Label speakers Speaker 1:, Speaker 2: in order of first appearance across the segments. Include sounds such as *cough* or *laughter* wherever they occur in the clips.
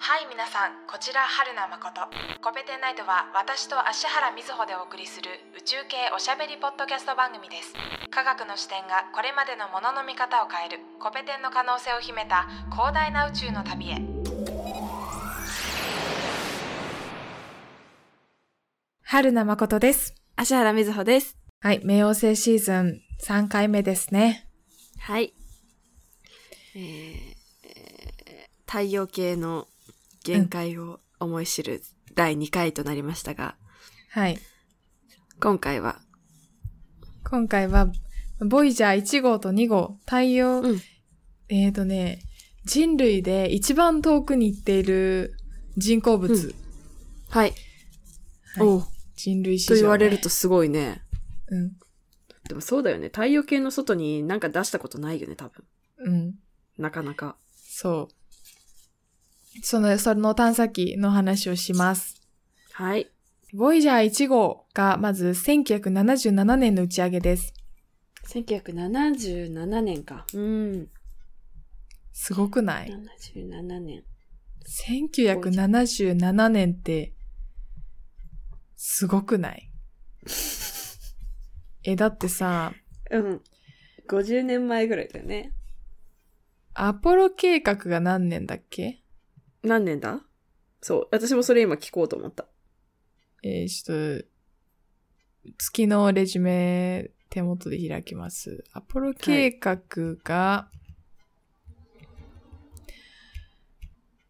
Speaker 1: はい皆さんこちら春名誠コペテンナイトは私と芦原瑞穂でお送りする宇宙系おしゃべりポッドキャスト番組です科学の視点がこれまでのものの見方を変えるコペテンの可能性を秘めた広大な宇宙の旅へ春名誠です
Speaker 2: 芦原瑞穂です。
Speaker 1: はい冥王星シーズン3回目ですね
Speaker 2: はい。えーえー太陽系の限界を思い知る第2回となりましたが、
Speaker 1: はい
Speaker 2: 今回は、
Speaker 1: 今回はボイジャー1号と2号太陽、
Speaker 2: うん
Speaker 1: えーとね人類で一番遠くに行っている人工物、
Speaker 2: うんはい。
Speaker 1: はい
Speaker 2: おう
Speaker 1: 人類史
Speaker 2: と
Speaker 1: 上ね、
Speaker 2: 言われるとすごいね。
Speaker 1: うん
Speaker 2: でもそうだよね。太陽系の外になんか出したことないよね、多分。
Speaker 1: うん
Speaker 2: なかなか。
Speaker 1: そうそのその探査機の話をします
Speaker 2: はい。
Speaker 1: ボイジャー1号がまず1977年の打ち上げです
Speaker 2: 1977年か。うん。
Speaker 1: すごくない
Speaker 2: 77年。
Speaker 1: 1977年って、すごくないえ、だってさ、
Speaker 2: うん。50年前ぐらいだよね。
Speaker 1: アポロ計画が何年だっけ
Speaker 2: 何年だそう。私もそれ今聞こうと思った。
Speaker 1: えーちょっと、月のレジュメ手元で開きます。アポロ計画が、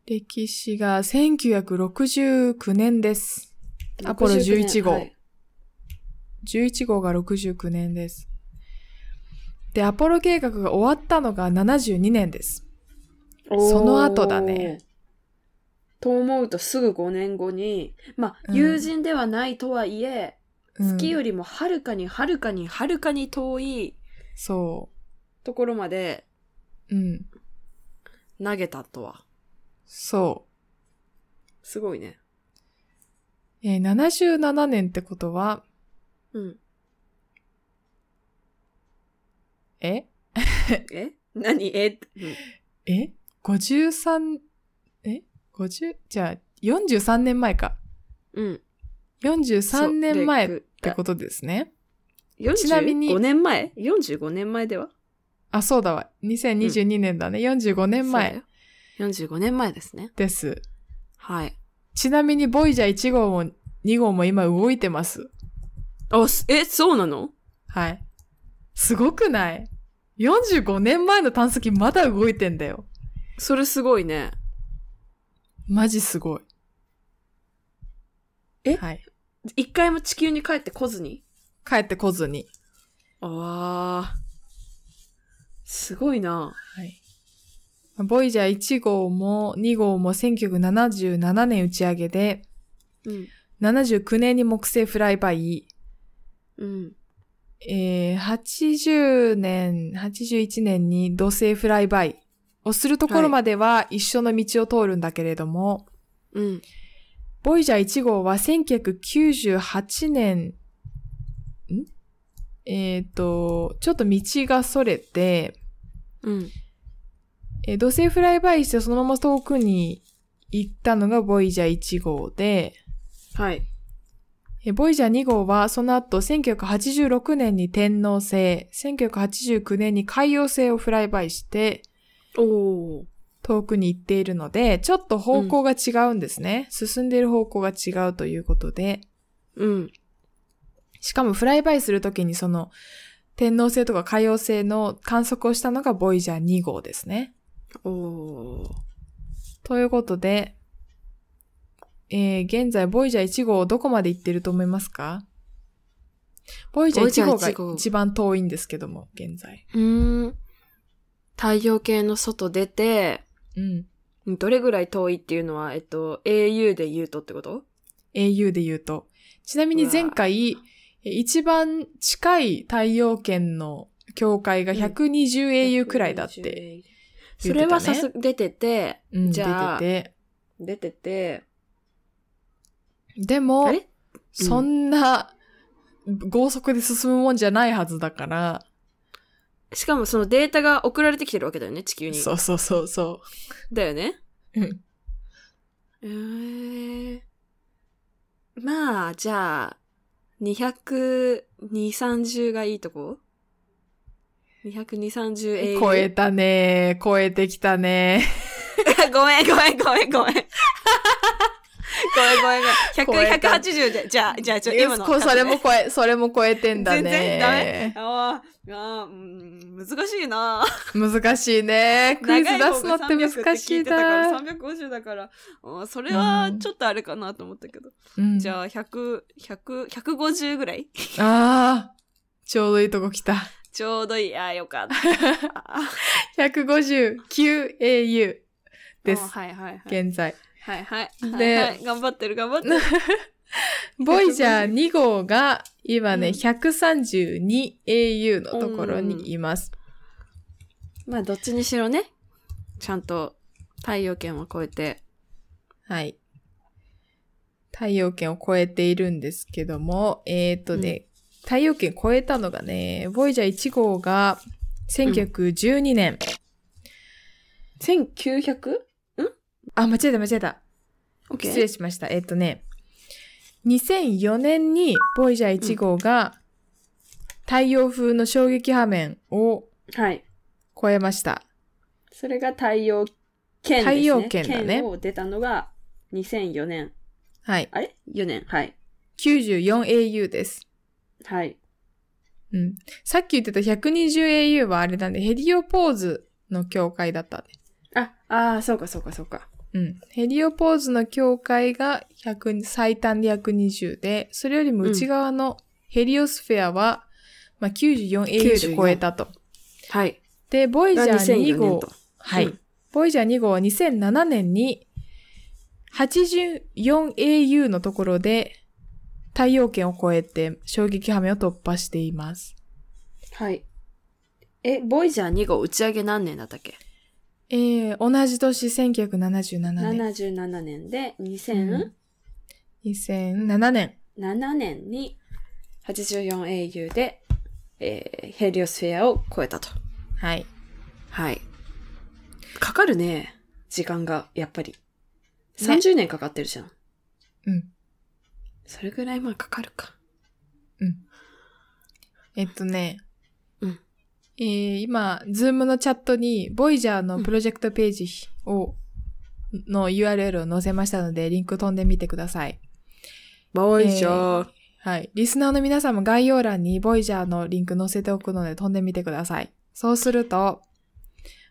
Speaker 1: 歴史が1969年です。アポロ11号
Speaker 2: はい
Speaker 1: 11号が69年です。で、アポロ計画が終わったのが72年です。その後だね
Speaker 2: おー。と思うとすぐ5年後に、ま
Speaker 1: う
Speaker 2: あ、
Speaker 1: ん
Speaker 2: 友人ではないとはいえ、
Speaker 1: うん
Speaker 2: 月よりもはるかにはるかにはるかに遠い
Speaker 1: そ
Speaker 2: ところまで
Speaker 1: う。うん。
Speaker 2: 投げたとは。
Speaker 1: そう。
Speaker 2: すごいね。
Speaker 1: えー、77年ってことは、
Speaker 2: うん。
Speaker 1: え
Speaker 2: え何え、うん
Speaker 1: え ?53、え ?50? じゃあ、43年前か。
Speaker 2: うん。
Speaker 1: 43年前っ
Speaker 2: って
Speaker 1: ことですね。ち
Speaker 2: ち
Speaker 1: な
Speaker 2: なみ
Speaker 1: みに
Speaker 2: に。5年前 ?45 年前では
Speaker 1: あ、そうだわ。2022年だね。45年前。
Speaker 2: そうだよ45年前ですね。
Speaker 1: です。
Speaker 2: はい。
Speaker 1: ちなみに、ボイジャー1号も2号も今動いてます。
Speaker 2: あ、すえ、そうなの
Speaker 1: はい。すごくない ?45 年前の探査機まだ動いてんだよ。
Speaker 2: それすごいね。
Speaker 1: マジすごい。
Speaker 2: え
Speaker 1: はい。
Speaker 2: 一回も地球に帰ってこずに
Speaker 1: 帰ってこずに。
Speaker 2: ああ。すごいな。
Speaker 1: はい。ボイジャー1号も2号も1977年打ち上げで、
Speaker 2: うん。
Speaker 1: 79年に木星フライバイ、
Speaker 2: うん。
Speaker 1: えー、80年、81年に土星フライバイをするところまでは一緒の道を通るんだけれども、
Speaker 2: うん。
Speaker 1: ボイジャー1号は1998年、んえっ、と、ちょっと道が逸れて、
Speaker 2: うん。
Speaker 1: えー土星フライバイしてそのまま遠くに行ったのがボイジャー1号で、
Speaker 2: はい。
Speaker 1: えーボイジャー2号はその後1986年に天王星、1989年に海洋星をフライバイして
Speaker 2: おお。
Speaker 1: 遠くに行っているので、ちょっと方向が違うんですね。進んでいる方向が違うということで、
Speaker 2: うん。
Speaker 1: しかもフライバイするときにその天王星とか海洋星の観測をしたのがボイジャー2号ですね。
Speaker 2: おお。
Speaker 1: ということで、えー、現在ボイジャー1号どこまで行ってると思いますかボイジャー1号
Speaker 2: ボイジャー1
Speaker 1: が
Speaker 2: 号
Speaker 1: 一番遠いんですけども、現在。
Speaker 2: うーん。太陽系の外出て、
Speaker 1: うん。
Speaker 2: どれぐらい遠いっていうのは、えっと、au で言うとってこと
Speaker 1: au で言うと。ちなみに前回、えー一番近い太陽圏の境界が 120au くらいだって。。
Speaker 2: それはさす、出てて、
Speaker 1: うん、
Speaker 2: じ
Speaker 1: 出
Speaker 2: ゃあ
Speaker 1: てて。
Speaker 2: 出てて、
Speaker 1: でも
Speaker 2: あ、れ
Speaker 1: そんな、豪速で進むもんじゃないはずだから、
Speaker 2: しかもそのデータが送られてきてるわけだよね、地球に。
Speaker 1: そうそうそうそ
Speaker 2: だよね。
Speaker 1: う。うん。
Speaker 2: えー、まあ、じゃあ、200、230がいいとこ ?200、230英語。
Speaker 1: 超えたね超えてきたね
Speaker 2: *laughs* ごめん、ごめん、ごめん、ごめ
Speaker 1: *laughs*
Speaker 2: ん。ごめん、ごめん、ごめん。100、180で、じゃあ、じゃあ、じゃあ、今の。
Speaker 1: こそれも超え、 *laughs* それも超えてんだね
Speaker 2: 全然ダメ。あーあー、うん難しいな。
Speaker 1: 難しいね。クイズ出すのって難しい
Speaker 2: だ。
Speaker 1: だ。
Speaker 2: 350だから、うんそれはちょっとあれかなと思ったけど。
Speaker 1: うん
Speaker 2: じゃあ、100、100、150ぐらい
Speaker 1: ああ、ちょうどいいとこ来た。
Speaker 2: ちょうどいい。ああ、よかった。あー
Speaker 1: 159au です
Speaker 2: あー。はいはいはい。
Speaker 1: 現在。
Speaker 2: はいはい。
Speaker 1: で
Speaker 2: はいはい頑張ってる、頑張ってる。
Speaker 1: ボイジャー2号が今ね、
Speaker 2: うん
Speaker 1: 132au のところにいます。
Speaker 2: まあ、どっちにしろね、ちゃんと太陽圏を超えて、
Speaker 1: はい。太陽圏を超えているんですけども、えっ、とね、太陽圏超えたのがね、ボイジャー1号が1912年。
Speaker 2: 1900?
Speaker 1: あ、間違えた間違えた。失礼しました。えっ、とね、2004年にボイジャー1号が太陽風の衝撃波面を
Speaker 2: はい。
Speaker 1: 超えました。
Speaker 2: それが太陽圏ですね。
Speaker 1: 太陽圏だね
Speaker 2: 圏を出たのが2004年。
Speaker 1: はい。
Speaker 2: あれ ?4 年。はい。
Speaker 1: 94au です。
Speaker 2: はい。
Speaker 1: うん。さっき言ってた 120au はあれなんで、ヘリオポーズの境界だったね。
Speaker 2: あ、ああ、そうかそうかそうか。
Speaker 1: うん。ヘリオポーズの境界が100最短で120で、それよりも内側のヘリオスフェアは、まあ、94au で超えたと。
Speaker 2: はい。
Speaker 1: で、ボイジ
Speaker 2: が
Speaker 1: ャー2
Speaker 2: 2004
Speaker 1: 号
Speaker 2: 年と。。
Speaker 1: はい。
Speaker 2: うん
Speaker 1: ボイジャー2号は2007年に 84au のところで太陽圏を超えて衝撃波面を突破しています。
Speaker 2: はい。え、ボイジャー2号打ち上げ何年だったっけ
Speaker 1: えー、同じ年1977年。
Speaker 2: ?77 年で
Speaker 1: うん
Speaker 2: 2007
Speaker 1: 2007年。
Speaker 2: 年に 84au で、えーヘリオスフェアを超えたと。
Speaker 1: はい。
Speaker 2: はい。かかるね。時間が、やっぱり。
Speaker 1: ね
Speaker 2: 30年かかってるじゃん。
Speaker 1: うん。
Speaker 2: それぐらいまあかかるか。
Speaker 1: えっとね。
Speaker 2: うん
Speaker 1: えー、今、ズームのチャットに、ボイジャーのプロジェクトページを、の URL を載せましたので、リンク飛んでみてください。
Speaker 2: ボ
Speaker 1: イジャはい。リスナーの皆さんも概要欄にボイジャーのリンク載せておくので飛んでみてください。そうすると、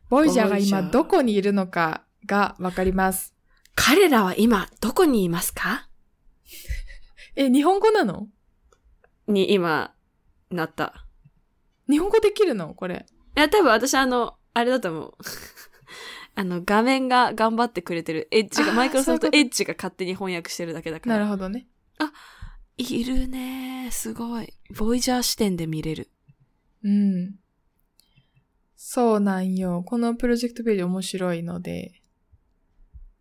Speaker 1: ボイジャーが今
Speaker 2: Voyager
Speaker 1: どこにいるのかがわかります。
Speaker 2: 彼らは今、どこにいますか
Speaker 1: え、日本語なの
Speaker 2: に今、なった。
Speaker 1: 日本語できるのこれ。
Speaker 2: いや、多分私あの、あれだと思う。 *laughs* あの、画面が頑張ってくれてる。エッジ
Speaker 1: あ
Speaker 2: が、
Speaker 1: ー
Speaker 2: マイクロソフト
Speaker 1: そういう
Speaker 2: エ
Speaker 1: こと
Speaker 2: ッジが勝手に翻訳してるだけだから。
Speaker 1: なるほどね。
Speaker 2: いるねすごい。ボイジャー視点で見れる。
Speaker 1: うん。そうなんよ。このプロジェクトページ面白いので、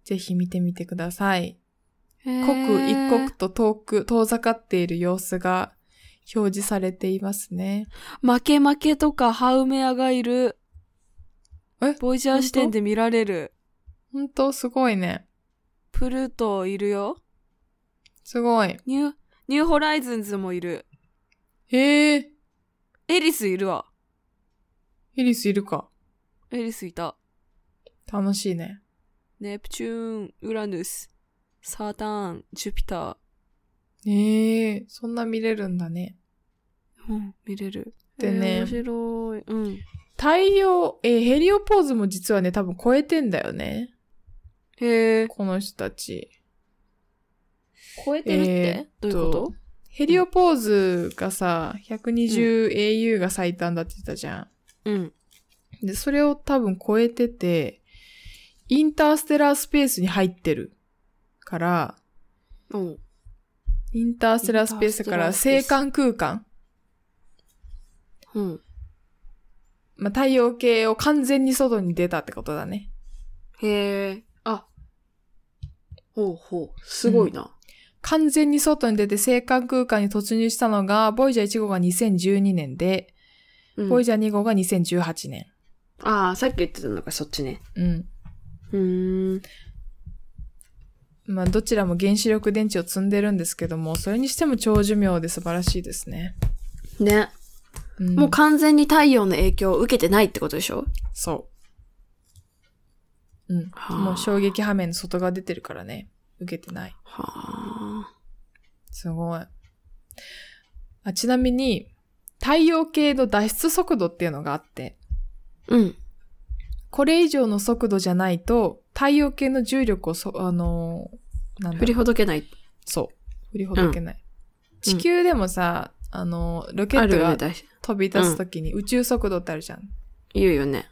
Speaker 1: ぜひ見てみてください。刻一刻と遠く、遠ざかっている様子が表示されていますね。
Speaker 2: 負け負けとか、ハウメアがいる。
Speaker 1: え
Speaker 2: ボイジャー視点で見られる。
Speaker 1: ほんと、すごいね。
Speaker 2: プルートいるよ。
Speaker 1: すごい。
Speaker 2: ニュー、ニューホライズンズもいる。
Speaker 1: へえ、
Speaker 2: エリスいるわ。
Speaker 1: ヘリスいるか。
Speaker 2: エリスいた。
Speaker 1: 楽しいね。
Speaker 2: ネプチューン、ウラヌス、サターン、ジュピター。
Speaker 1: へえ、そんな見れるんだね。
Speaker 2: うん、見れる。
Speaker 1: でね
Speaker 2: えー面白い。うん。
Speaker 1: 太陽、えーヘリオポーズも実はね、多分超えてんだよね。
Speaker 2: へえ。
Speaker 1: この人たち。
Speaker 2: 超えてるって、
Speaker 1: えーっ
Speaker 2: どういうこと
Speaker 1: ヘリオポーズがさ、120au が最短だって言ってたじゃ
Speaker 2: うん。
Speaker 1: ん。で、それを多分超えてて、インターステラースペースに入ってるから、
Speaker 2: うん。
Speaker 1: インターステラースペースだから、
Speaker 2: インターステラースペー
Speaker 1: 星
Speaker 2: ス
Speaker 1: 間空間
Speaker 2: うん。
Speaker 1: まあ、太陽系を完全に外に出たってことだね。
Speaker 2: へえ。あ。ほうほう。すごいな。
Speaker 1: 完全に外に出て星間空間に突入したのが、ボイジャー1号が2012年で、
Speaker 2: うん
Speaker 1: ボイジャー2号が2018年。
Speaker 2: ああ、さっき言ってたのがそっちね。
Speaker 1: うん。
Speaker 2: うーん。
Speaker 1: まあ、どちらも原子力電池を積んでるんですけども、それにしても長寿命で素晴らしいですね。
Speaker 2: ね。
Speaker 1: ん
Speaker 2: もう完全に太陽の影響を受けてないってことでしょ
Speaker 1: そう。うん。
Speaker 2: はあ
Speaker 1: もう衝撃波面の外側出てるからね。受けてない。
Speaker 2: はあ。
Speaker 1: すごい。あちなみに、太陽系の脱出速度っていうのがあって、
Speaker 2: うん。
Speaker 1: これ以上の速度じゃないと、太陽系の重力をそ、あのーなんだろう
Speaker 2: 振りほどけない。
Speaker 1: そう。振りほどけない。地球でもさ、あのーロケ
Speaker 2: あ
Speaker 1: ッ
Speaker 2: る
Speaker 1: ト
Speaker 2: よね、
Speaker 1: が
Speaker 2: 大事。
Speaker 1: 飛び立つときに宇宙速度ってあるじゃん。
Speaker 2: 言うよね。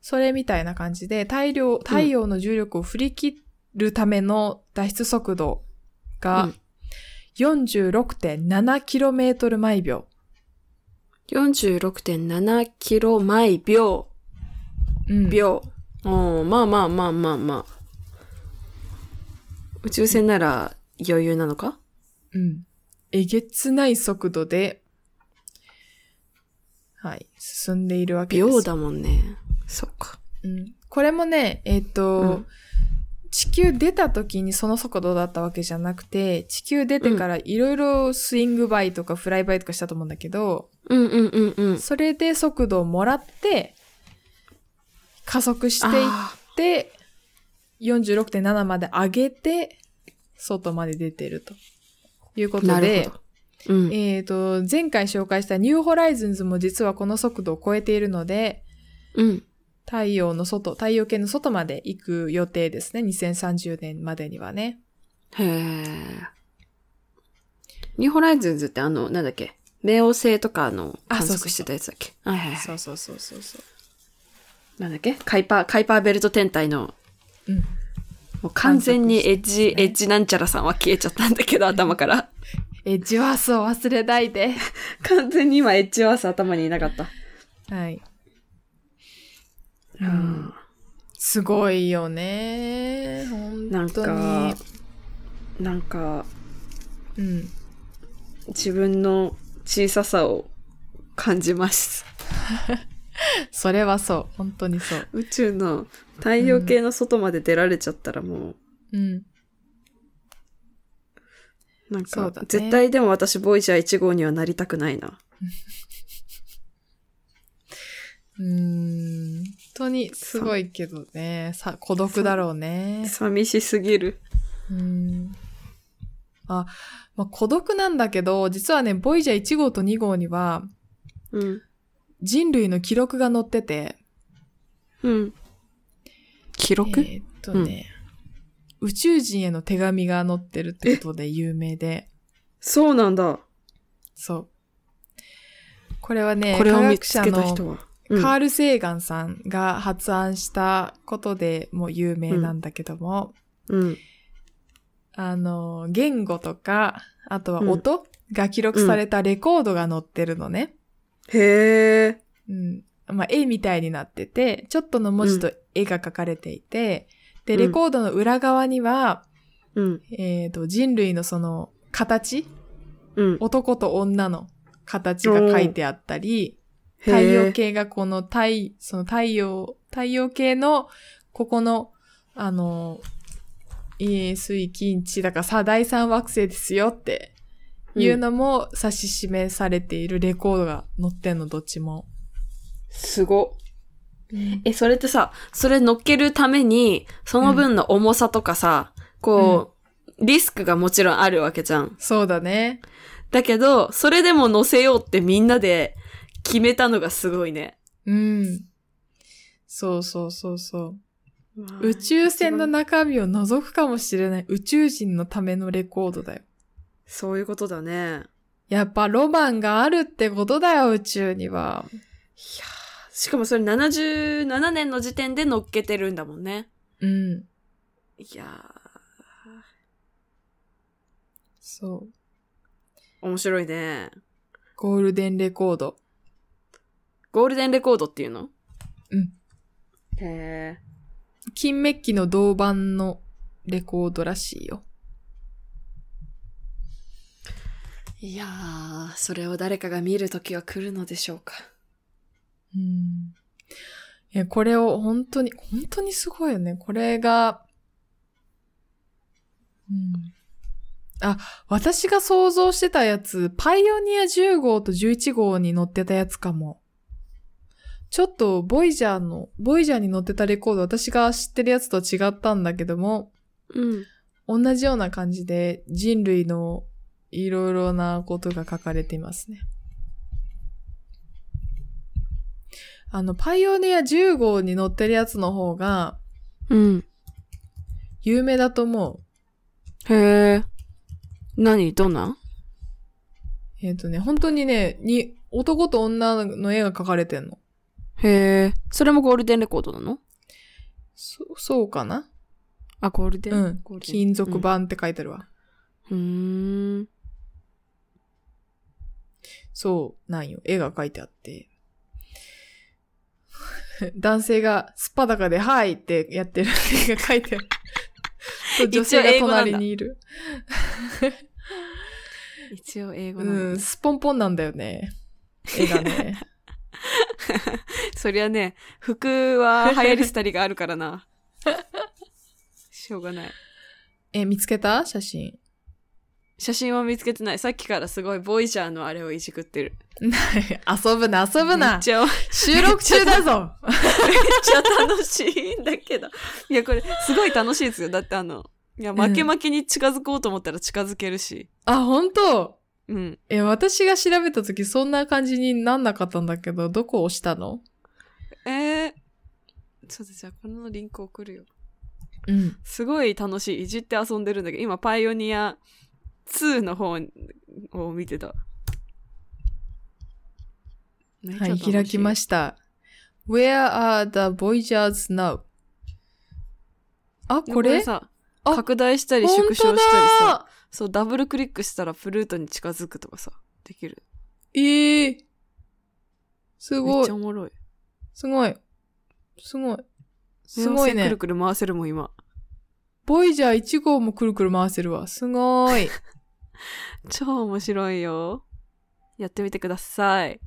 Speaker 1: それみたいな感じで、太陽、太陽の重力を振り切るための脱出速度
Speaker 2: う
Speaker 1: が
Speaker 2: ん
Speaker 1: 46.7km 毎秒。
Speaker 2: 46.7キロ毎秒。
Speaker 1: うん
Speaker 2: 秒。おーまあまあまあまあまあ。宇宙船なら余裕なのか
Speaker 1: うん。えげつない速度で、はい、進んでいるわけです。
Speaker 2: 秒だもんね。そっか。
Speaker 1: うん。これもね、えっ、と、
Speaker 2: うん
Speaker 1: 地球出た時にその速度だったわけじゃなくて、地球出てからいろいろスイングバイとかフライバイとかしたと思うんだけど、
Speaker 2: うんうんうんうん。
Speaker 1: それで速度をもらって、加速していっ
Speaker 2: あ
Speaker 1: て、46.7まで上げて、外まで出てるというこ
Speaker 2: ー
Speaker 1: と
Speaker 2: な
Speaker 1: で
Speaker 2: る、ほど。うん。
Speaker 1: えっ、と、前回紹介したニューホライズンズも実はこの速度を超えているので、
Speaker 2: うん。
Speaker 1: 太陽の外、太陽系の外まで行く予定ですね。2030年までにはね。
Speaker 2: へえ。ニューホライズンズってあの、なんだっけ冥王星とかの観測してたやつだっけはいはいは
Speaker 1: そうそうそうそうそ
Speaker 2: い。なんだっけカイパー、カイパーベルト天体の、
Speaker 1: う。うん。
Speaker 2: もう完全にエッジ、
Speaker 1: 観測してたね
Speaker 2: エッジなんちゃらさんは消えちゃったんだけど、頭から。
Speaker 1: エッジワースを忘れないで。
Speaker 2: *laughs* 完全に今エッジワース頭にいなかった。
Speaker 1: はい。
Speaker 2: う
Speaker 1: うん。すごいよね。
Speaker 2: な
Speaker 1: 本
Speaker 2: ん
Speaker 1: 当
Speaker 2: か
Speaker 1: に。、
Speaker 2: なんか、
Speaker 1: うん。
Speaker 2: 自分の小ささを感じます。
Speaker 1: それはそう。本当にそう。
Speaker 2: 宇宙の太陽系の外まで出られちゃったらもう、
Speaker 1: うん。
Speaker 2: なん
Speaker 1: そ
Speaker 2: か、
Speaker 1: うだね
Speaker 2: 絶対でも私、ボイジャー1号にはなりたくないな。
Speaker 1: うーん。本当にすごいけどね。さ、孤独だろうね。
Speaker 2: 寂しすぎる。
Speaker 1: うんあ、まあ、孤独なんだけど、実はね、ボイジャー1号と2号には
Speaker 2: うん。
Speaker 1: 人類の記録が載ってて、
Speaker 2: うん。記
Speaker 1: え
Speaker 2: 録、
Speaker 1: ーっとね、宇宙人への手紙が載ってるってことで有名で、
Speaker 2: そうなんだ。
Speaker 1: そう。これはね、
Speaker 2: これを
Speaker 1: 科
Speaker 2: 見
Speaker 1: 学
Speaker 2: つ
Speaker 1: 者
Speaker 2: けた
Speaker 1: の
Speaker 2: 人は。うん
Speaker 1: カール・セーガンさんが発案したことでも有名なんだけども、
Speaker 2: うん。
Speaker 1: あの、言語とか、あとは音が記録されたレコードが載ってるのね。
Speaker 2: へえ。
Speaker 1: うん。まあ、絵みたいになってて、ちょっとの文字と絵が書かれていて、
Speaker 2: う
Speaker 1: で、
Speaker 2: ん
Speaker 1: レコードの裏側には、
Speaker 2: うん。
Speaker 1: えっ、と、人類のその、形
Speaker 2: うん。
Speaker 1: 男と女の形が書いてあったり、
Speaker 2: へ
Speaker 1: 太陽
Speaker 2: え。
Speaker 1: 系がこの太、その太陽、太陽系の、ここの、あの、えー、水、金、地だからさ、第三惑星ですよっていうのも指し示されているレコードが載ってんの、どっちも。
Speaker 2: すご。え、それってさ、それ乗っけるために、その分の重さとかさ、こう、リスクがもちろんあるわけじゃん。
Speaker 1: そうだね。
Speaker 2: だけど、それでも乗せようってみんなで決めたのがすごいね。
Speaker 1: うん。そうそうそうそう。宇宙船の
Speaker 2: 一番
Speaker 1: 中身を覗くかもしれない宇宙人のためのレコードだよ。
Speaker 2: そういうことだね。
Speaker 1: やっぱロマンがあるってことだよ、宇宙には。
Speaker 2: いやーしかもそれ77年の時点で乗っけてるんだもんね。
Speaker 1: うん。
Speaker 2: いや
Speaker 1: そう。
Speaker 2: ー、面白いね。
Speaker 1: ゴールデンレコード。
Speaker 2: ゴールデンレコードっていうの
Speaker 1: うん。
Speaker 2: へえ。
Speaker 1: 金メッキの銅板のレコードらしいよ。
Speaker 2: いやー、それを誰かが見る時は来るのでしょうか。
Speaker 1: うん。いや、これを本当に、本当にすごいよね。これが、うんあ、私が想像してたやつ、パイオニア10号と11号に乗ってたやつかも。ちょっと、ボイジャーの、ボイジャーに乗ってたレコード、私が知ってるやつとは違ったんだけども、
Speaker 2: うん。
Speaker 1: 同じような感じで人類のいろいろなことが書かれていますね。あの、パイオニア10号に乗ってるやつの方が
Speaker 2: うん。
Speaker 1: 有名だと思う。
Speaker 2: へえ。何どんな
Speaker 1: えっ、とね、本当にね、に、男と女の絵が描かれてんの。
Speaker 2: へえ。それもゴールデンレコードなの
Speaker 1: そ、そうかな
Speaker 2: あ、ゴールデン。
Speaker 1: うん
Speaker 2: ゴー。ルデン
Speaker 1: 金属板って書いてあるわ。
Speaker 2: うーん。
Speaker 1: そうなんよ。絵が描いてあって。 *laughs* 男性がすっぱだかで、はいってやってる絵が描いて
Speaker 2: *laughs*
Speaker 1: ある。と女性が隣にいる。
Speaker 2: 一応英語な
Speaker 1: う
Speaker 2: の、
Speaker 1: ん、すっぽんぽんなんだよね。絵
Speaker 2: *laughs*
Speaker 1: がね。
Speaker 2: そりゃね、服は流行りしたりがあるからな。しょうがない。
Speaker 1: え、見つけた写真。 *laughs*
Speaker 2: 写真は見つけてない。さっきからすごいボイジャーのあれをいじくってる。
Speaker 1: 遊ぶな、遊ぶ
Speaker 2: め
Speaker 1: な
Speaker 2: っ。ちゃ、めっ
Speaker 1: 収録中だ
Speaker 2: *laughs*
Speaker 1: ぞ。
Speaker 2: ちゃ楽しいんだけど。いや、これ、すごい楽しいですよ。だってあの、いや、負け負けに近づこうと思ったら近づけるし。
Speaker 1: あ、本当
Speaker 2: うん。
Speaker 1: え、私が調べた時そんな感じになんなかったんだけど、どこ押したの
Speaker 2: えー、ちょっとじゃあ、このリンク送るよ。
Speaker 1: うん。
Speaker 2: すごい楽しい。いじって遊んでるんだけど、今、パイオニア2の方を見てた。
Speaker 1: はい、開きま
Speaker 2: し
Speaker 1: した。Where are the Voyagers now? あ、
Speaker 2: た。
Speaker 1: これ
Speaker 2: さ、
Speaker 1: あ
Speaker 2: 拡大したり
Speaker 1: 本
Speaker 2: 縮小した
Speaker 1: 当
Speaker 2: りさ、
Speaker 1: だ
Speaker 2: そう、ダブルクリックしたらプルートに近づくとかさ、できる。
Speaker 1: ええす
Speaker 2: め
Speaker 1: ご
Speaker 2: っ
Speaker 1: い
Speaker 2: ちゃお。もろい。
Speaker 1: すごい。すごい。すごい
Speaker 2: く
Speaker 1: ね
Speaker 2: る。くる回せるもん、今。
Speaker 1: ボイジャー1号もくるくる回せるわ。す
Speaker 2: *laughs*
Speaker 1: ごい。
Speaker 2: 超面白いよ。やってみてください。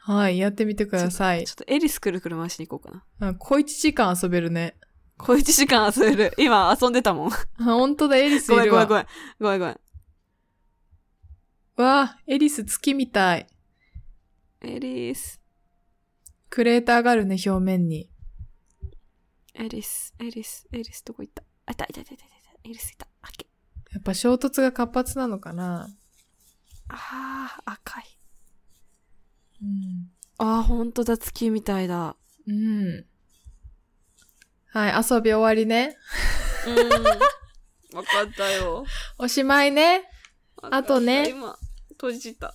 Speaker 1: はい、やってみてください
Speaker 2: ちょ。っとエリスくるくる回しに行こうかな。
Speaker 1: あ小1時間遊べるね。
Speaker 2: 小一時間遊べる。今遊んでたもん。
Speaker 1: あ、ほんとだ、エリスい
Speaker 2: ごめん
Speaker 1: る
Speaker 2: ごめ
Speaker 1: わ。
Speaker 2: んごめん。ごめんごめん。
Speaker 1: わあ、エリス月みたい。
Speaker 2: エリス。
Speaker 1: クレーターがあるね、表面に。
Speaker 2: エリス、エリス、エリス、どこ行ったあ、いた、いた、いた、いた、いた、エリスいた。あっけ。
Speaker 1: やっぱ衝突が活発なのかな。
Speaker 2: あー、赤い。
Speaker 1: うん。
Speaker 2: あー、ほんとだ、月みたいだ。
Speaker 1: うん。はい、遊び終わりね。
Speaker 2: うん。わかったよ。
Speaker 1: おしまいね。あとね
Speaker 2: 今、閉じた。
Speaker 1: は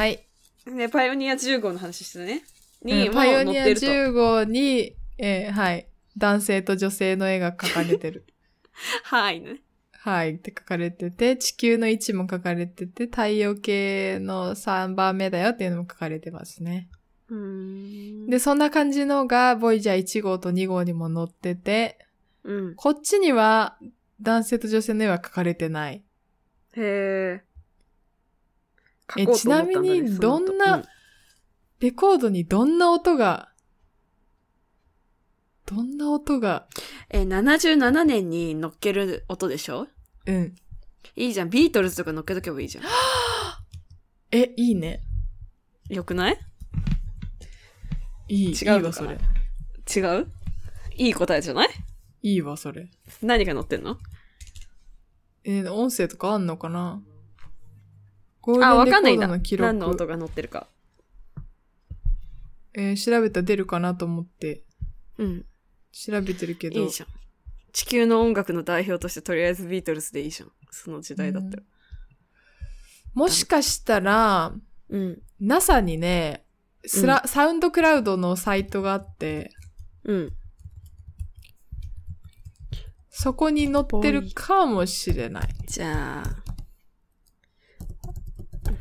Speaker 1: ーい。
Speaker 2: ね、パイオニア10号の話してたね。
Speaker 1: う
Speaker 2: に、
Speaker 1: ん
Speaker 2: もう
Speaker 1: パイオ
Speaker 2: 乗っ
Speaker 1: ニア
Speaker 2: てると。
Speaker 1: 10号に、えーはい。男性と女性の絵が描かれてる。 *laughs*
Speaker 2: はいね。
Speaker 1: はい。って書かれてて、地球の位置も書かれてて、太陽系の3番目だよっていうのも書かれてますね。
Speaker 2: うーん。
Speaker 1: で、、そんな感じのが、ボイジャー1号と2号にも載ってて、
Speaker 2: うん。
Speaker 1: こっちには男性と女性の絵は描かれてない。
Speaker 2: へー。
Speaker 1: え
Speaker 2: 書こうと思っただね
Speaker 1: ちなみに
Speaker 2: その後
Speaker 1: どんな
Speaker 2: う
Speaker 1: レコードにどんな音が、どんな音が、
Speaker 2: えー、77年に乗っける音でしょ
Speaker 1: うん。
Speaker 2: いいじゃん。ビートルズとか乗っけとけばいいじゃん。
Speaker 1: え、いいね。
Speaker 2: よくない違う
Speaker 1: いい。いい
Speaker 2: の
Speaker 1: わ、
Speaker 2: か
Speaker 1: そ
Speaker 2: な
Speaker 1: れ。
Speaker 2: 違ういい答えじゃない
Speaker 1: いいわ、それ。
Speaker 2: 何が載ってんの
Speaker 1: えー音声とかあんのかなゴールデ
Speaker 2: あ、わか
Speaker 1: ン
Speaker 2: んな
Speaker 1: レ
Speaker 2: い
Speaker 1: コ
Speaker 2: ん
Speaker 1: ー
Speaker 2: だ
Speaker 1: ドの記。録。
Speaker 2: 何の音が載ってるか。
Speaker 1: えー調べたら出るかなと思って、
Speaker 2: うん。
Speaker 1: 調べてるけど。
Speaker 2: いいじゃん。地球の音楽の代表としてとりあえずビートルズでいいじゃん。その時代だったら。
Speaker 1: もしかしたら、
Speaker 2: うん。
Speaker 1: NASA にね、スラ、サウンドクラウドのサイトがあって、
Speaker 2: うん。
Speaker 1: そこに載ってるかもしれない。
Speaker 2: じゃあ。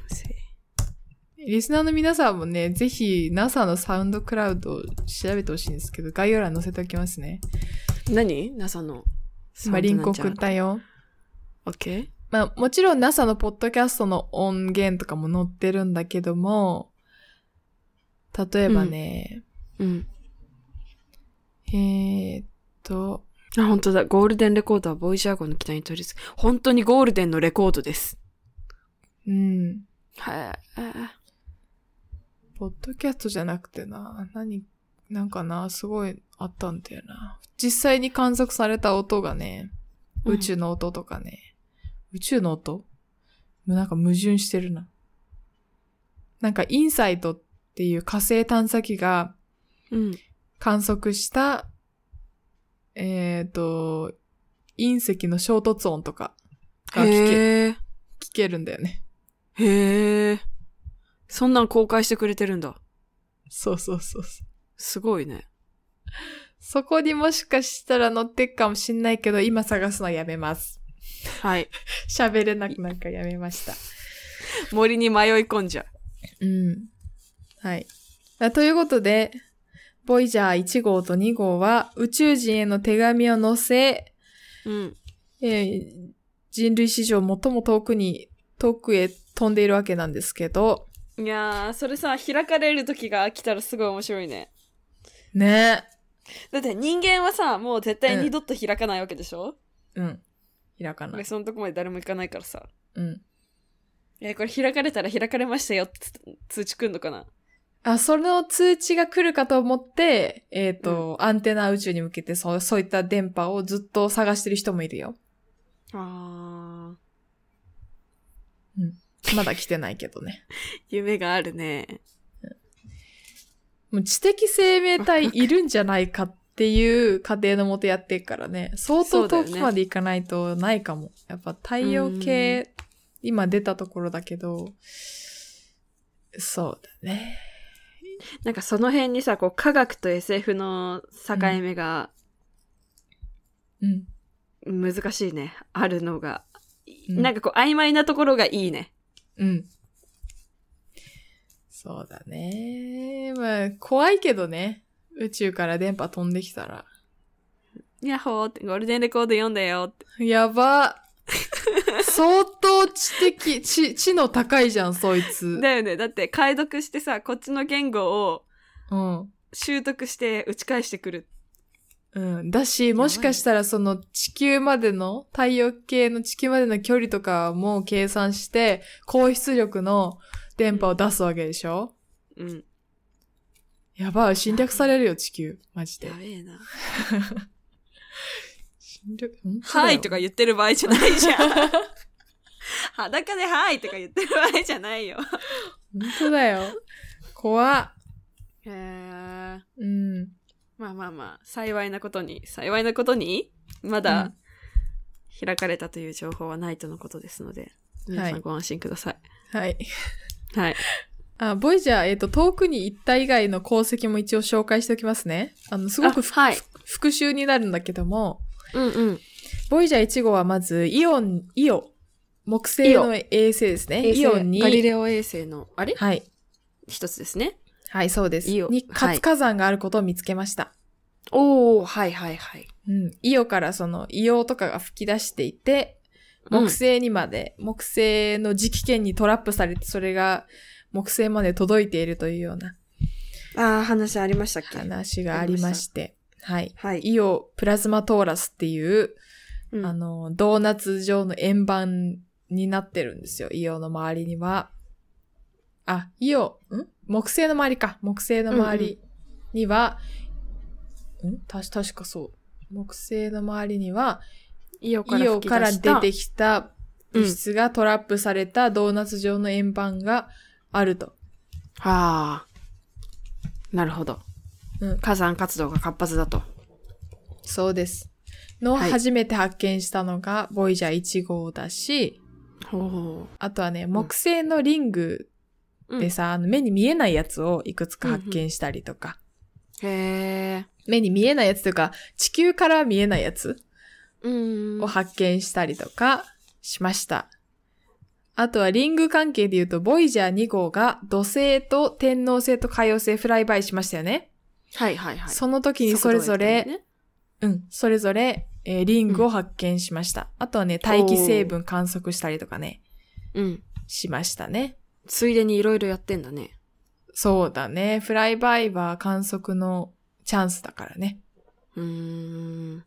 Speaker 2: せ
Speaker 1: リスナーの皆さんもね、ぜひ NASA のサウンドクラウドを調べてほしいんですけど、概要欄に載せておきますね。
Speaker 2: 何 ?NASA の。
Speaker 1: まあ、リンク
Speaker 2: サウ
Speaker 1: 送
Speaker 2: ンドな
Speaker 1: っ
Speaker 2: んちゃら。
Speaker 1: たよ。
Speaker 2: オッケー
Speaker 1: まあ、もちろん NASA のポッドキャストの音源とかも載ってるんだけども、例えばね、
Speaker 2: うん。
Speaker 1: えーっと、
Speaker 2: あ本当だ。ゴールデンレコードはボイジャー号の機体に取り付け、本当にゴールデンのレコードです。
Speaker 1: うん。
Speaker 2: はい。
Speaker 1: ポッドキャストじゃなくてな、何、なんかな、すごいあったんだよな。実際に観測された音がね、
Speaker 2: うん
Speaker 1: 宇宙の音とかね、宇宙の音もうなんか矛盾してるな。なんかインサイトっていう火星探査機が
Speaker 2: うん。
Speaker 1: 観測した、えっ、と、隕石の衝突音とかが聞け、
Speaker 2: へえ。
Speaker 1: 聞けるんだよね。
Speaker 2: へえ。そんなん公開してくれてるんだ。
Speaker 1: そうそうそうそう。
Speaker 2: すごいね。
Speaker 1: そこにもしかしたら乗ってっかもしんないけど、今探すのやめます。
Speaker 2: はい。
Speaker 1: 喋れなくなんかやめました。
Speaker 2: 森に迷い込んじゃう。
Speaker 1: うん。はい。あということで、ボイジャー1号と2号は宇宙人への手紙を載せ、
Speaker 2: うん。
Speaker 1: えー人類史上最も遠くに、遠くへ飛んでいるわけなんですけど、
Speaker 2: いやー、それさ、開かれる時が来たらすごい面白いね。
Speaker 1: ね
Speaker 2: だって人間はさ、もう絶対二度と開かないわけでしょ、
Speaker 1: うん。開かない
Speaker 2: で。そのとこまで誰も行かないからさ。
Speaker 1: うん。
Speaker 2: え、これ開かれたら開かれましたよって通知くんのかな
Speaker 1: あ、その通知が来るかと思って、えっ、と、アンテナ宇宙に向けて、そう、そういった電波をずっと探してる人もいるよ。
Speaker 2: あー、
Speaker 1: まだ来てないけどね。 *laughs*
Speaker 2: 夢があるね。
Speaker 1: もう知的生命体いるんじゃないかっていう過程のもとやっていくからね。相当遠くまでいかないとないかも。やっぱ太陽系、今出たところだけど、そうだね。
Speaker 2: なんかその辺にさ、こう科学と SF の境目が
Speaker 1: うん。
Speaker 2: 難しいね。あるのが。
Speaker 1: うん
Speaker 2: なんかこう曖昧なところがいいね。
Speaker 1: うん。そうだね。まあ、怖いけどね。宇宙から電波飛んできたら。
Speaker 2: やっほーって、ゴールデンレコード読んだよって。
Speaker 1: やば。相当知的、 *laughs* 知、知能高いじゃん、そいつ。
Speaker 2: だよね。だって解読してさ、こっちの言語を
Speaker 1: うん。
Speaker 2: 習得して打ち返してくる。
Speaker 1: うん。だし、もしかしたらその地球までの、太陽系の地球までの距離とかも計算して、高出力の電波を出すわけでしょ
Speaker 2: うん。
Speaker 1: やばい、侵略されるよ、地球。マジで
Speaker 2: や。べえな。
Speaker 1: 侵略、本当だよ
Speaker 2: はいとか言ってる場合じゃないじゃん。
Speaker 1: *laughs*
Speaker 2: 裸ではいとか言ってる場合じゃないよ。
Speaker 1: 本当だよ。怖っ。
Speaker 2: へえ。
Speaker 1: うん。
Speaker 2: まあまあまあ、幸いなことに、幸いなことに、ま
Speaker 1: う
Speaker 2: だ
Speaker 1: ん
Speaker 2: 開かれたという情報はないとのことですので、皆さ
Speaker 1: はい
Speaker 2: んご安心ください。
Speaker 1: はい。
Speaker 2: はい。
Speaker 1: あ、ボイジャー、えっ、と、遠くに行った以外の功績も一応紹介しておきますね。あの、すごくふ
Speaker 2: あはい
Speaker 1: 復習になるんだけども、
Speaker 2: うんうん。
Speaker 1: ボイジャー1号はまず、イオン、イオ、木星の衛星ですね。イオンに、
Speaker 2: ガリレオ衛星の、あれ
Speaker 1: はい。
Speaker 2: 一つですね。
Speaker 1: はい、そうです。
Speaker 2: イオ
Speaker 1: に
Speaker 2: はい
Speaker 1: 活火山があることを見つけました。
Speaker 2: おおはいはいはい。
Speaker 1: うん。イオからその、硫黄とかが吹き出していて、
Speaker 2: うん
Speaker 1: 木星にまで、木星の磁気圏にトラップされて、それが木星まで届いているというような
Speaker 2: ああ、話ありましたっけ
Speaker 1: 話がありまして、はい。
Speaker 2: はい。
Speaker 1: イオプラズマトーラスっていう、
Speaker 2: うん
Speaker 1: あの、ドーナツ状の円盤になってるんですよ。イオの周りには。あ、イオ、ん木星の周りか。木星の周りには、んたし、確かそう。木星の周りには、
Speaker 2: イオ
Speaker 1: イオから出て
Speaker 2: き
Speaker 1: きた物質がトラップされたドーナツ状の円盤があると。
Speaker 2: はあ。なるほど。
Speaker 1: うん
Speaker 2: 火山活動が活発だと。
Speaker 1: そうです。の、
Speaker 2: はい
Speaker 1: 初めて発見したのが、ボイジャー1号だし、
Speaker 2: ほう。
Speaker 1: あとはね、木星のリング
Speaker 2: うん
Speaker 1: でさ、あの目に見えないやつをいくつか発見したりとか、
Speaker 2: へえ。
Speaker 1: 目に見えないやつというか、地球からは見えないやつ
Speaker 2: うん
Speaker 1: を発見したりとかしました。あとはリング関係で言うと、ボイジャー2号が土星と天王星と海王星フライバイしましたよね。
Speaker 2: はいはいはい。
Speaker 1: その時にそれぞれ、
Speaker 2: 速度が
Speaker 1: うん、それぞれ、えーリングを発見しました。あとはね、大気成分観測したりとかね、
Speaker 2: 出るねうん。
Speaker 1: しましたね。
Speaker 2: ついでにいろいろやってんだね。
Speaker 1: そうだね。フライバイは観測のチャンスだからね。
Speaker 2: うーん。
Speaker 1: うん。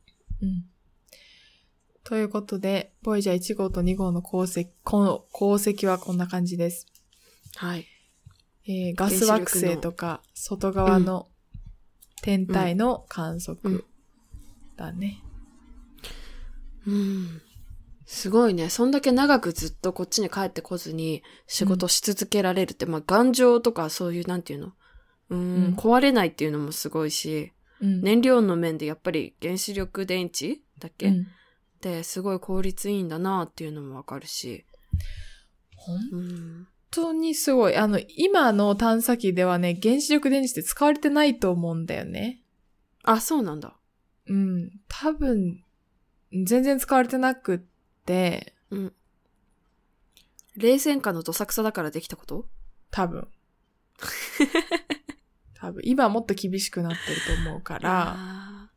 Speaker 1: ということで、ボイジャー1号と2号の功績、この功績はこんな感じです。
Speaker 2: はい。
Speaker 1: えーガス惑星とか、外側の天体の観
Speaker 2: う
Speaker 1: 測
Speaker 2: ん
Speaker 1: だね。
Speaker 2: うん。すごいね。そんだけ長くずっとこっちに帰ってこずに仕事し続けられるって、まあ頑丈とかそういう、なんていうのうん,、
Speaker 1: うん
Speaker 2: 壊れないっていうのもすごいし、
Speaker 1: うん。
Speaker 2: 燃料の面でやっぱり原子力電池だっけ、
Speaker 1: う
Speaker 2: っ
Speaker 1: ん
Speaker 2: てすごい効率いいんだなっていうのもわかるし。
Speaker 1: 本
Speaker 2: うん。
Speaker 1: 当にすごい。あの、今の探査機ではね、原子力電池って使われてないと思うんだよね。
Speaker 2: あ、そうなんだ。
Speaker 1: うん。多分、全然使われてなくって、
Speaker 2: 冷戦下のどさくさだからできたこと
Speaker 1: 多分。
Speaker 2: *laughs*
Speaker 1: 多分。今はもっと厳しくなってると思うから、
Speaker 2: あ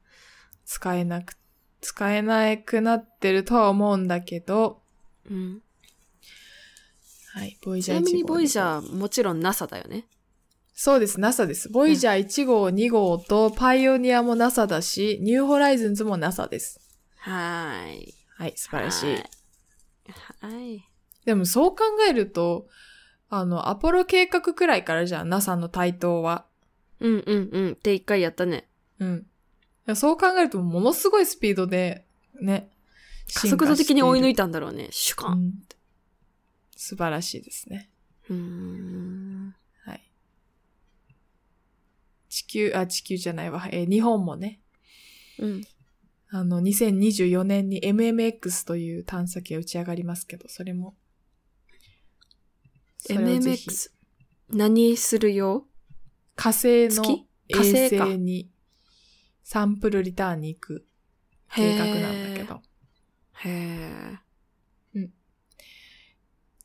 Speaker 1: 使えなく、使えなくなってるとは思うんだけど、
Speaker 2: ーうん。
Speaker 1: はい、ボイ
Speaker 2: ち
Speaker 1: ジャー
Speaker 2: なみに
Speaker 1: 1号
Speaker 2: ボイジャーもちろん NASA だよね。
Speaker 1: そうです、NASA です。ボイジャー1号、2号とパイオニアも NASA だし、ニューホライズンズも NASA です。
Speaker 2: はーい。
Speaker 1: はい、素晴らしい。
Speaker 2: はい。
Speaker 1: でもそう考えると、あの、アポロ計画くらいからじゃん、NASA の台頭は。
Speaker 2: うんうんうん。って一回やったね。
Speaker 1: うん。そう考えると、ものすごいスピードで、ね。
Speaker 2: 加速度的に追い抜い
Speaker 1: て
Speaker 2: たんだろうね。主
Speaker 1: う
Speaker 2: 観。
Speaker 1: ん素晴らしいですね。
Speaker 2: うーん。
Speaker 1: はい。地球、あ、地球じゃないわ。えー日本もね、
Speaker 2: うん。
Speaker 1: あの、2024年に MMX という探査機が打ち上がりますけど、それも。それをぜひ
Speaker 2: MMX。何するよ
Speaker 1: 火星の
Speaker 2: 月
Speaker 1: 衛
Speaker 2: 火星か
Speaker 1: 星にサンプルリターンに行く計画なんだけ。ど、
Speaker 2: へえ。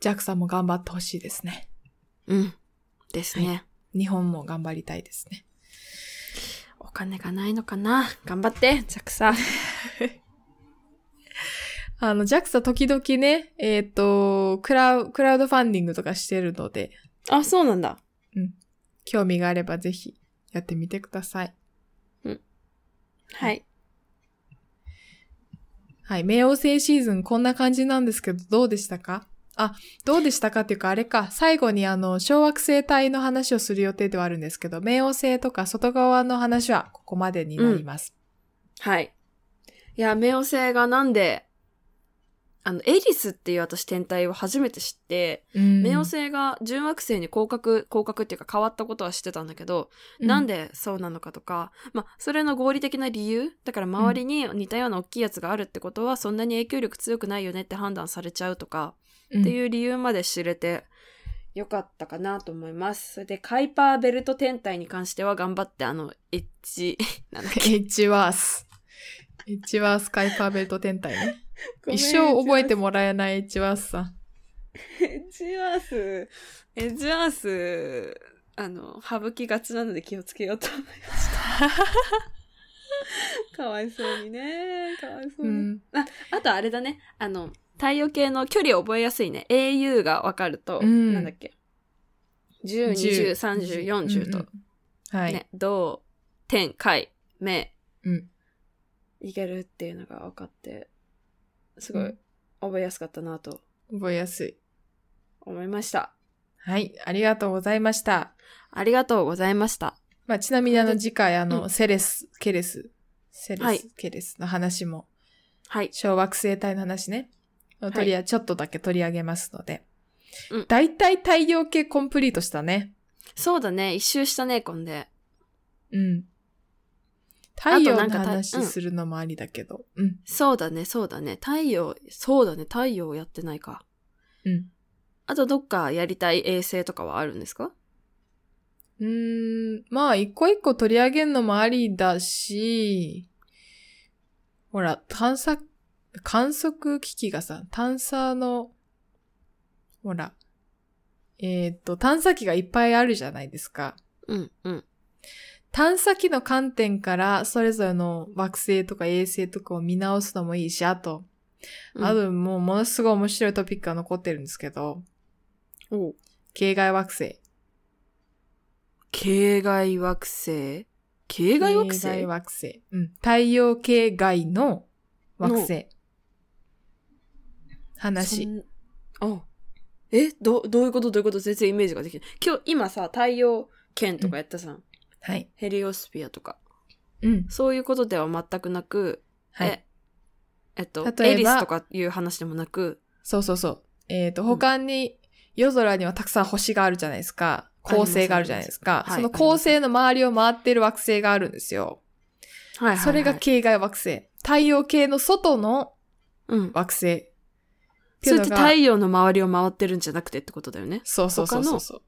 Speaker 1: JAXA も頑張ってほしいですね。
Speaker 2: うん。ですね。
Speaker 1: 日本も頑張りたいですね。
Speaker 2: お金がないのかな頑張って、ジャクサ。
Speaker 1: あの、JAXA 時々ね、えっ、とクラウ、クラウドファンディングとかしてるので、
Speaker 2: *laughs* あ、そうなんだ。
Speaker 1: 興味があればぜひやってみてください。
Speaker 2: はい。
Speaker 1: はい。冥王星シーズンこんな感じなんですけど、どうでしたかあ、どうでしたかっていうか、あれか、最後にあの、小惑星帯の話をする予定ではあるんですけど、冥王星とか外側の話はここまでになります。
Speaker 2: はい。いや、冥王星がなんで、あの、エリスっていう私天体を初めて知って、
Speaker 1: うん
Speaker 2: 冥王星が純惑星に降格、降格っていうか変わったことは知ってたんだけど、なん
Speaker 1: で、
Speaker 2: でそうなのかとか、まあ、それの合理的な理由だから周りに似たような大きいやつがあるってことは、そんなに影響力強くないよねって判断されちゃうとか、
Speaker 1: うん
Speaker 2: っていう理由まで知れてよかったかなと思います。それで、カイパーベルト天体に関しては頑張って、あの、エッジ、なんだっけ。
Speaker 1: エッジワース。エッジワースカイパーベルト天体ね。 *laughs* 一生覚えてもらえないエッジワースさん。
Speaker 2: エッジワース、エッジワース、あの、省きがちなので気をつけようと思いました。
Speaker 1: *laughs*
Speaker 2: かわいそうにね。かわいそううに。
Speaker 1: ん。
Speaker 2: あとあれだね。あの、太陽系の距離を覚えやすいね。au がわかると、
Speaker 1: うん
Speaker 2: なんだっけ。10、20、30、40と。
Speaker 1: うんうんはい。
Speaker 2: ね、銅、天、海、目、
Speaker 1: うん
Speaker 2: いけるっていうのが分かって、すご
Speaker 1: う
Speaker 2: い
Speaker 1: ん
Speaker 2: 覚えやすかったなと
Speaker 1: 覚えやすい。
Speaker 2: 思いました。
Speaker 1: はい。ありがとうございました。
Speaker 2: ありがとうございました。
Speaker 1: まあ、ちなみにあの次回あの、
Speaker 2: うん
Speaker 1: セレス、ケレス、セレス、
Speaker 2: はい
Speaker 1: ケレスの話も、
Speaker 2: はい。
Speaker 1: 小惑星帯の話ね、
Speaker 2: い
Speaker 1: 取りあちょっとだけ取り上げますので
Speaker 2: うん。
Speaker 1: だいたい太陽系コンプリートしたね。
Speaker 2: そうだね。一周したね、今で。
Speaker 1: うん。太陽
Speaker 2: あとなん
Speaker 1: の
Speaker 2: かたう
Speaker 1: 話
Speaker 2: ん
Speaker 1: するのもありだけど。うん。
Speaker 2: そうだね、そうだね。太陽、そうだね、太陽やってないか。
Speaker 1: うん。
Speaker 2: あとどっかやりたい衛星とかはあるんですか
Speaker 1: うーん。まあ、一個一個取り上げるのもありだし、ほら、探査、観測機器がさ、探査の、ほら、えーっ、と、探査機がいっぱいあるじゃないですか。
Speaker 2: うん、うん。
Speaker 1: 探査機の観点から、それぞれの惑星とか衛星とかを見直すのもいいし、あと、
Speaker 2: うん
Speaker 1: あ、ともうものすごい面白いトピックが残ってるんですけど、
Speaker 2: お
Speaker 1: 系外惑星。
Speaker 2: 系外惑星系外惑星
Speaker 1: 系外惑星。うん。太陽系外の惑星。話。
Speaker 2: そんあえどどういうことどういうこと全然イメージができない今日今さ太陽圏とかやったさ、ん、
Speaker 1: はい。
Speaker 2: ヘリオスピアとか
Speaker 1: うん。
Speaker 2: そういうことでは全くなく、
Speaker 1: はい。
Speaker 2: ええっと
Speaker 1: 例えば
Speaker 2: エリスとかいう話でもなく
Speaker 1: そうそうそう。えっ、と、他に、夜空にはたくさん星があるじゃないですか。
Speaker 2: あり
Speaker 1: 恒
Speaker 2: ます
Speaker 1: 星があるじゃないですか。
Speaker 2: ありますはいあ
Speaker 1: その
Speaker 2: ります
Speaker 1: 恒星の周りを回ってる惑星があるんですよ。
Speaker 2: はいはいはい
Speaker 1: それが系外惑星。太陽系の外の
Speaker 2: うん
Speaker 1: 惑星。って
Speaker 2: それ
Speaker 1: いう
Speaker 2: っ
Speaker 1: の
Speaker 2: て
Speaker 1: が
Speaker 2: 太陽の周りを回ってるんじゃなくてってことだよね
Speaker 1: そうそうそうそうそう。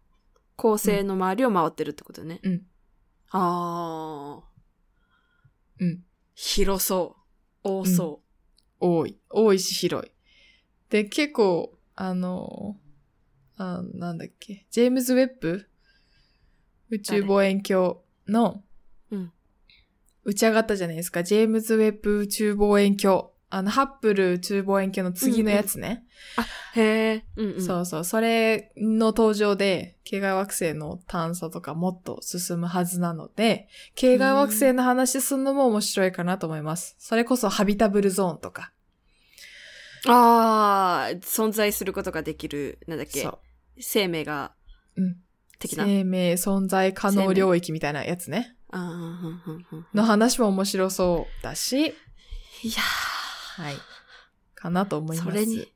Speaker 2: 恒星の周りを回ってるってことね
Speaker 1: うん
Speaker 2: ああ
Speaker 1: うん
Speaker 2: 広そう多そ
Speaker 1: 多い。多いし広い。で、結構、あの、あなんだっけ、ジェームズ・ウェッブ宇宙望遠鏡の、
Speaker 2: うん
Speaker 1: 打ち上がったじゃないですか。ジェームズ・ウェッブ宇宙望遠鏡。あの、ハッブル宇宙望遠鏡の次のやつね。
Speaker 2: う、へえうんうん
Speaker 1: そうそう。それの登場で、系外惑星の探査とかもっと進むはずなので、系外惑星の話するのも面白いかなと思います。それこそハビタブルゾーンとか。
Speaker 2: ああ存在することができるなんだっけ
Speaker 1: そう。
Speaker 2: 生命が
Speaker 1: うん
Speaker 2: 的な、
Speaker 1: 生命存在可能領域みたいなやつね。
Speaker 2: あーふんふんふんふん
Speaker 1: の話も面白そうだし、
Speaker 2: いや
Speaker 1: はい。かなと思
Speaker 2: ー
Speaker 1: います。
Speaker 2: それに。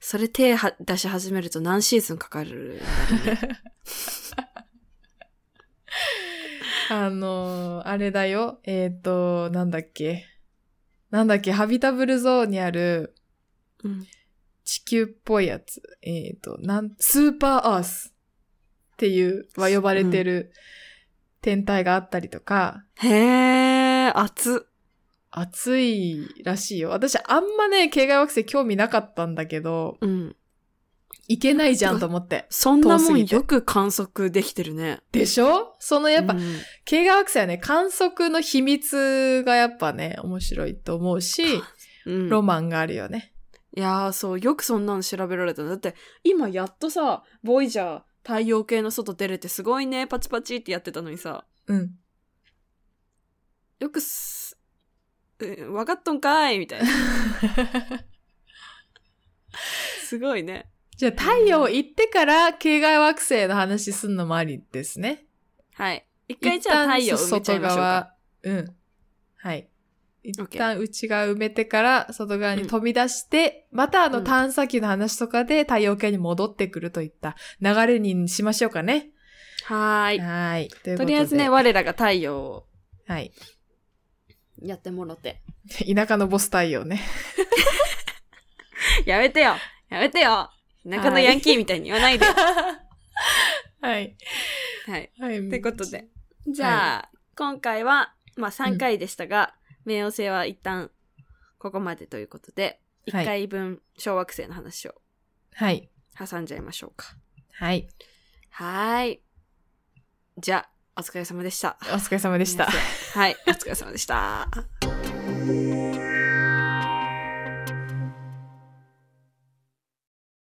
Speaker 2: それ手は出し始めると何シーズンかかるんだろ
Speaker 1: *laughs*
Speaker 2: うね
Speaker 1: あのーあれだよ。えっ、と、なんだっけ。なんだっけ、ハビタブルゾーンにある
Speaker 2: うん
Speaker 1: 地球っぽいやつ。えっ、と、なん、スーパーアースっていう、は呼ばれてる天体があったりとか、
Speaker 2: へえ熱
Speaker 1: 暑いらしいよ。私、あんまね、系外惑星興味なかったんだけど、
Speaker 2: うん
Speaker 1: いけないじゃんと思って。
Speaker 2: そんな
Speaker 1: 遠す
Speaker 2: もん
Speaker 1: ぎて
Speaker 2: よく観測できてるね
Speaker 1: でしょそのやっぱ、
Speaker 2: うん
Speaker 1: 系外惑星はね、観測の秘密がやっぱね、面白いと思うし、
Speaker 2: うん
Speaker 1: ロマンがあるよね。
Speaker 2: いやーそうよくそんなの調べられたのだって今やっとさボイジャー太陽系の外出れてすごいねパチパチってやってたのにさ *laughs*
Speaker 1: うん。
Speaker 2: よくす、え分かっとんかいみ *laughs* たいなすごいね
Speaker 1: じゃあ、太陽行ってから、系外惑星の話すんのもありですね。
Speaker 2: はい一回じゃあ太陽埋めちゃいましょうか。
Speaker 1: うん。はい。一
Speaker 2: OK
Speaker 1: 旦内側埋めてから、外側に飛び出して、またあ
Speaker 2: う
Speaker 1: の
Speaker 2: ん
Speaker 1: 探査機の話とかで太陽系に戻ってくるといった流れにしましょうかね。
Speaker 2: はーい
Speaker 1: はい。ということとで。
Speaker 2: りあえずね、我らが太陽を
Speaker 1: はい。 *laughs*
Speaker 2: やってもろて
Speaker 1: 田舎のボス太陽ね。
Speaker 2: やめてよやめてよ中のヤンキーみたいに言わ *laughs* ないで
Speaker 1: *laughs* はい。
Speaker 2: はい
Speaker 1: はい。
Speaker 2: ということで。じゃあ、今回は、まあ3回でしたが、冥王星は一旦ここまでということで、
Speaker 1: はい
Speaker 2: 1回分小惑星の話を
Speaker 1: はい。
Speaker 2: 挟んじゃいましょうか。
Speaker 1: はい。
Speaker 2: はーい。じゃあ、お疲れ様でした。 *laughs*
Speaker 1: お疲れ様でした。
Speaker 2: はい、お疲れ様でした。